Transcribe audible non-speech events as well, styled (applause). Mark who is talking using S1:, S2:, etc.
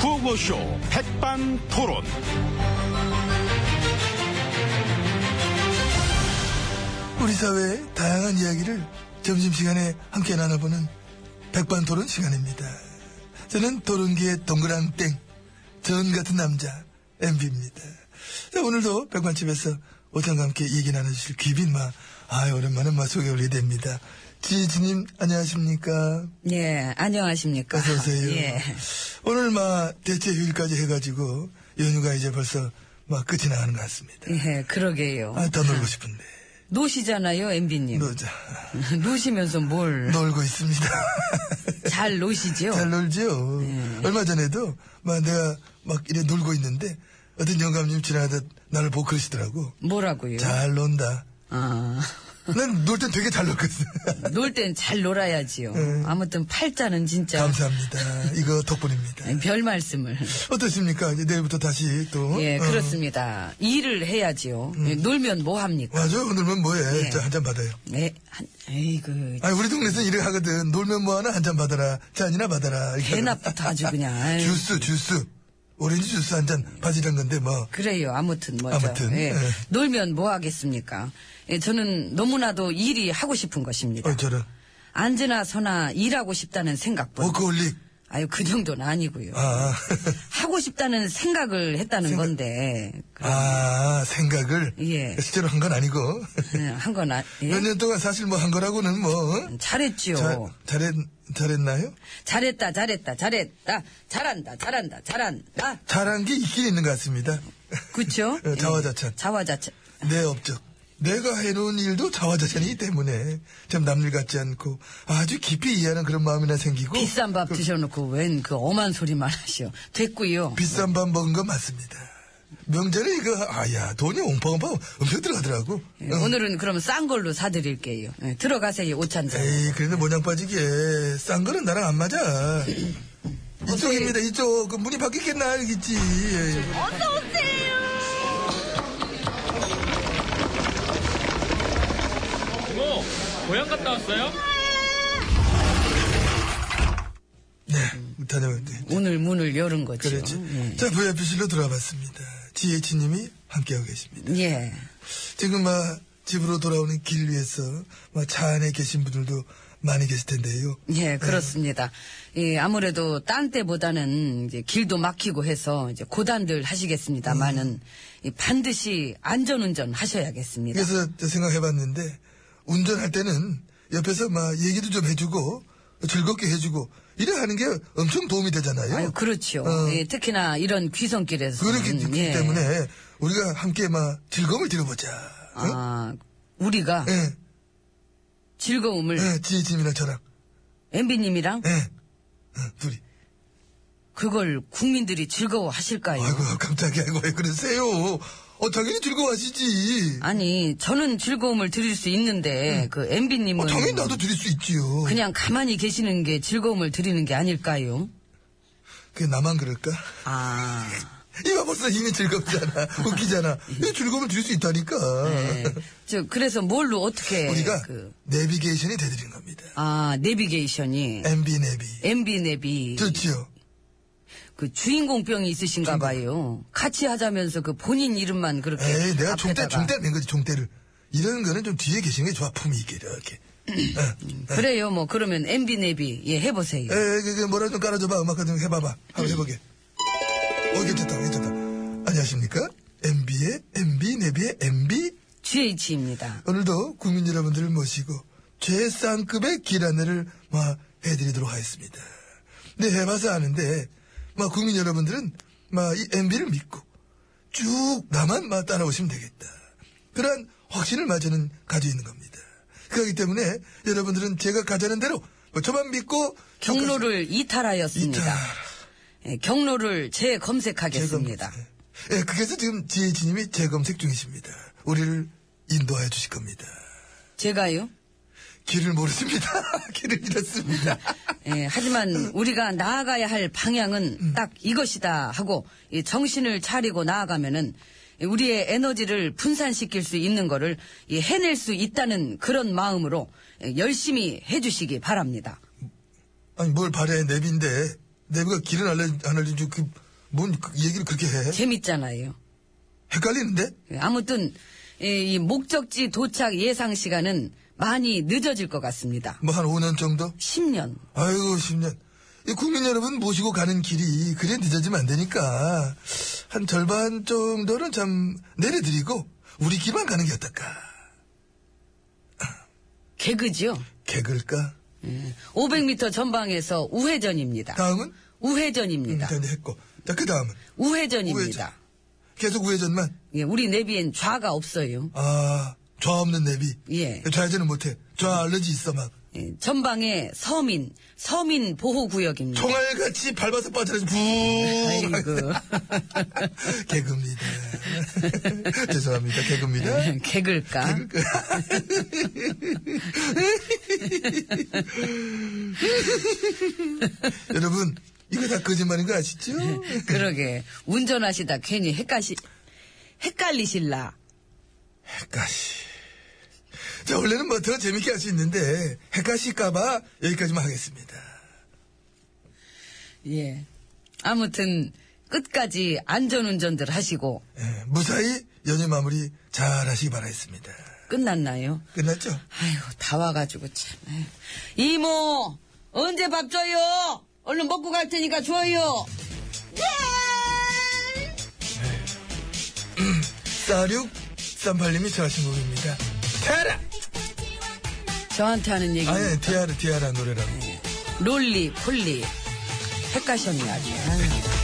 S1: 구호쇼 백반토론.
S2: 우리 사회의 다양한 이야기를 점심시간에 함께 나눠보는 백반토론 시간입니다. 저는 토론기의 동그랑땡, 전 같은 남자, MB입니다. 자, 오늘도 백반집에서 오찬과 함께 얘기 나눠주실 귀빈 마, 아 오랜만에 마 소개 올리됩니다. 지혜진님, 안녕하십니까?
S3: 예, 안녕하십니까.
S2: 어서오세요.
S3: 예.
S2: 오늘 마, 대체 휴일까지 해가지고 연휴가 이제 벌써 막 끝이 나가는 것 같습니다.
S3: 예, 그러게요.
S2: 아, 더 놀고 싶은데.
S3: 노시잖아요, MB님.
S2: 놀자.
S3: 노시면서 뭘.
S2: 놀고 있습니다. (laughs)
S3: 잘 노시죠? (laughs)
S2: 잘 놀죠.
S3: 예.
S2: 얼마 전에도 막 내가 막 이래 놀고 있는데 어떤 영감님 지나가다 나를 보고 그러시더라고.
S3: 뭐라고요?
S2: 잘 논다.
S3: 아.
S2: 난 놀 땐 되게 잘
S3: (laughs)
S2: 놀거든.
S3: 놀 땐 잘 놀아야지요.
S2: 네.
S3: 아무튼 팔자는 진짜.
S2: 감사합니다. 이거 덕분입니다.
S3: 별 말씀을.
S2: 어떻습니까? 이제 내일부터 다시 또.
S3: 예,
S2: 어. 음.
S3: 그렇습니다. 일을 해야지요. 예, 놀면 뭐 합니까?
S2: 맞아. 오늘만 뭐해.
S3: 예.
S2: 자, 한 잔 받아요.
S3: 예, 한, 에이그.
S2: 아니, 우리 동네에서 이래 하거든. 놀면 뭐하나 한 잔 받아라. 잔이나 받아라. 이렇게
S3: 대낮부터
S2: 하거든.
S3: 아주 그냥, 아유.
S2: 주스, 주스. 오렌지 주스 한 잔 받으란 건데 뭐.
S3: 그래요. 아무튼 뭐죠.
S2: 아무튼,
S3: 예.
S2: 예.
S3: 놀면 뭐 하겠습니까? 예, 저는 너무나도 일이 하고 싶은 것입니다.
S2: 어, 저런.
S3: 앉으나 서나 일하고 싶다는 생각보다
S2: 워크홀릭.
S3: 아유 그 정도는 아니고요.
S2: 아. (laughs)
S3: 하고 싶다는 생각을 했다는
S2: 생각-
S3: 건데 그,
S2: 아, 생각을?
S3: 예.
S2: 실제로 한 건 아니고.
S3: 한건 아, 예?
S2: 몇 년 동안 사실 뭐 한 거라고는 뭐. 어?
S3: 잘했지요.
S2: 잘, 잘했, 잘했나요?
S3: 잘했다 잘했다 잘했다 잘한다 잘한다 잘한다.
S2: 잘한 게 있긴 있는 것 같습니다. (laughs)
S3: 그쵸?
S2: 어, 자화자찬.
S3: 예, 자화자찬.
S2: 내 업적. 내가 해놓은 일도 자화자찬이기 때문에 참 남일 같지 않고 아주 깊이 이해하는 그런 마음이나 생기고 그
S3: 비싼 밥 드셔놓고 웬 그 엄한 소리만 하시오. 됐고요.
S2: 비싼 밥 먹은 거 맞습니다. 명절에 이거 아야 돈이 옹팡옹팡 엄청 들어가더라고.
S3: 예,
S2: 응.
S3: 오늘은 그럼 싼 걸로 사드릴게요. 예, 들어가세요 오찬장.
S2: 에이, 그래도 모양 빠지게. 싼 거는 나랑 안 맞아. 이쪽입니다, 이쪽. 그 문이 바뀌겠나, 알겠지.
S4: 이모, 뭐, 고향 갔다 왔어요?
S2: 네, 다녀올게.
S3: 오늘 문을 열은 거죠.
S2: 그렇지. 자, VIP실로 돌아와 봤습니다. 지혜치님이 함께하고 계십니다.
S3: 예. 예.
S2: 지금 막 집으로 돌아오는 길 위에서 막 차 안에 계신 분들도 많이 계실 텐데요. 네.
S3: 예, 그렇습니다. 예, 아무래도 딴 때보다는 이제 길도 막히고 해서 이제 고단들 하시겠습니다만은 반드시 안전운전 하셔야겠습니다.
S2: 그래서 저 생각해봤는데 운전할 때는 옆에서 막 얘기도 좀 해주고 즐겁게 해주고 이래 하는 게 엄청 도움이 되잖아요.
S3: 아유, 그렇죠.
S2: 어.
S3: 예, 특히나 이런 귀성길에서.
S2: 그렇기
S3: 예.
S2: 때문에 우리가 함께 막 즐거움을 드려보자. 응?
S3: 아, 우리가
S2: 예,
S3: 즐거움을
S2: 예, 지혜진이랑 저랑,
S3: MB님이랑
S2: 예, 어, 둘이.
S3: 그걸 국민들이 즐거워하실까요?
S2: 아이고, 깜짝이야. 아이고, 왜 그러세요? 어, 당연히 즐거워하시지.
S3: 니 저는 즐거움을 드릴 수 있는데 그 MB님은
S2: 어, 당연히 나도 드릴 수 있지요.
S3: 그냥 가만히 계시는 게 즐거움을 드리는 게 아닐까요?
S2: 그게 나만 그럴까? (laughs)
S3: 아.
S2: 이봐, 벌써 이미 즐겁잖아. 웃기잖아. 이 즐거움을 드릴 수 있다니까.
S3: 네. 저 그래서 뭘로 어떻게
S2: 우리가
S3: 그,
S2: 내비게이션이 돼드린 겁니다.
S3: 아 내비게이션이
S2: MB 내비.
S3: MB 내비
S2: 좋지요?
S3: 그 주인공병이 있으신가 봐요. 같이 하자면서 그 본인 이름만 그렇게
S2: 에이, 내가 종대,
S3: 앞에다가.
S2: 종대를 낸 거지, 종대를. 이런 거는 좀 뒤에 계시는 게 좋아. 품이 있게, 이렇게.
S3: 그래요. 뭐 그러면 MB 내비 예 해보세요.
S2: 네. 에, 그, 그, 뭐라 좀 깔아줘봐. 음악 좀 해봐봐. 한번 해보게. 어, 괜찮다, 괜찮다. 안녕하십니까? MB의, MB, 내비의 MB.
S3: GH입니다.
S2: 오늘도 국민 여러분들을 모시고, 최상급의 길 안내를, 막, 해드리도록 하겠습니다. 네, 해봐서 아는데, 막, 국민 여러분들은, 막, 이 MB를 믿고, 쭉 나만 막 따라오시면 되겠다. 그러한 확신을 마 저는 가지고 있는 겁니다. 그렇기 때문에, 여러분들은 제가 가자는 대로, 뭐 저만 믿고, 쭉 가시-
S3: 경로를 이탈하였습니다.
S2: 이탈.
S3: 예, 경로를 재검색하겠습니다.
S2: 재검- 예, 그래서 지금 지혜진님이 재검색 중이십니다. 우리를 인도하여 주실 겁니다.
S3: 제가요?
S2: 길을 모르십니다. (laughs) 길을 잃었습니다.
S3: 예, 하지만 우리가 나아가야 할 방향은 딱 이것이다 하고 이 정신을 차리고 나아가면은 이 우리의 에너지를 분산시킬 수 있는 거를 이 해낼 수 있다는 그런 마음으로 예, 열심히 해주시기 바랍니다.
S2: 아니, 뭘 바래, 내비인데. 내비가 길을 알려, 안 알려주고, 그, 뭔 그 얘기를 그렇게 해?
S3: 재밌잖아요. 예,
S2: 헷갈리는데?
S3: 아무튼 이, 이 목적지 도착 예상 시간은 많이 늦어질 것 같습니다.
S2: 뭐 한 5년 정도?
S3: 10년.
S2: 아이고 10년. 이 국민 여러분 모시고 가는 길이 그래 늦어지면 안 되니까 한 절반 정도는 참 내려드리고 우리끼리만 가는 게 어떨까?
S3: 개그지요.
S2: 개그일까?
S3: 500m 전방에서 우회전입니다.
S2: 다음은? 음,
S3: 우회전입니다.
S2: 다 이제 했고. 자, 그 다음은?
S3: 네. 우회전입니다.
S2: 계속 우회전만?
S3: 예, 우리 내비엔 좌가 없어요.
S2: 아, 좌 없는 내비.
S3: 예.
S2: 좌회전은 못해. 좌 알러지 있어, 막.
S3: 예, 전방에 서민, 서민 보호 구역입니다. 그
S2: 총알같이 밟아서 빠져나지 부
S3: 아이고.
S2: (laughs) 개그입니다. 죄송합니다. (laughs) 개그입니다.
S3: (laughs) 네. 개글까?
S2: 여러분, 이거 다 거짓말인 거 아시죠?
S3: 네. 그러게. 운전하시다 괜히 헷갈시, 헷갈리실라.
S2: 헷가시. 자, 원래는 뭐 더 재밌게 할 수 있는데, 헷가실까봐 여기까지만 하겠습니다.
S3: 예. 아무튼, 끝까지 안전운전들 하시고,
S2: 예, 무사히 연휴 마무리 잘 하시기 바라겠습니다.
S3: 끝났나요?
S2: 끝났죠?
S3: 아이고, 다 와가지고 참. 아이고. 이모, 언제 밥 줘요? 얼른 먹고 갈 테니까 줘요. 네!
S2: 싸륙 쌈팔님이 좋아하신 곡입니다. 테라!
S3: 저한테 하는 얘기.
S2: 아니, 티아라, 티아라 노래라고.
S3: 롤리, 폴리. 헷가셨네, 아주. 아유.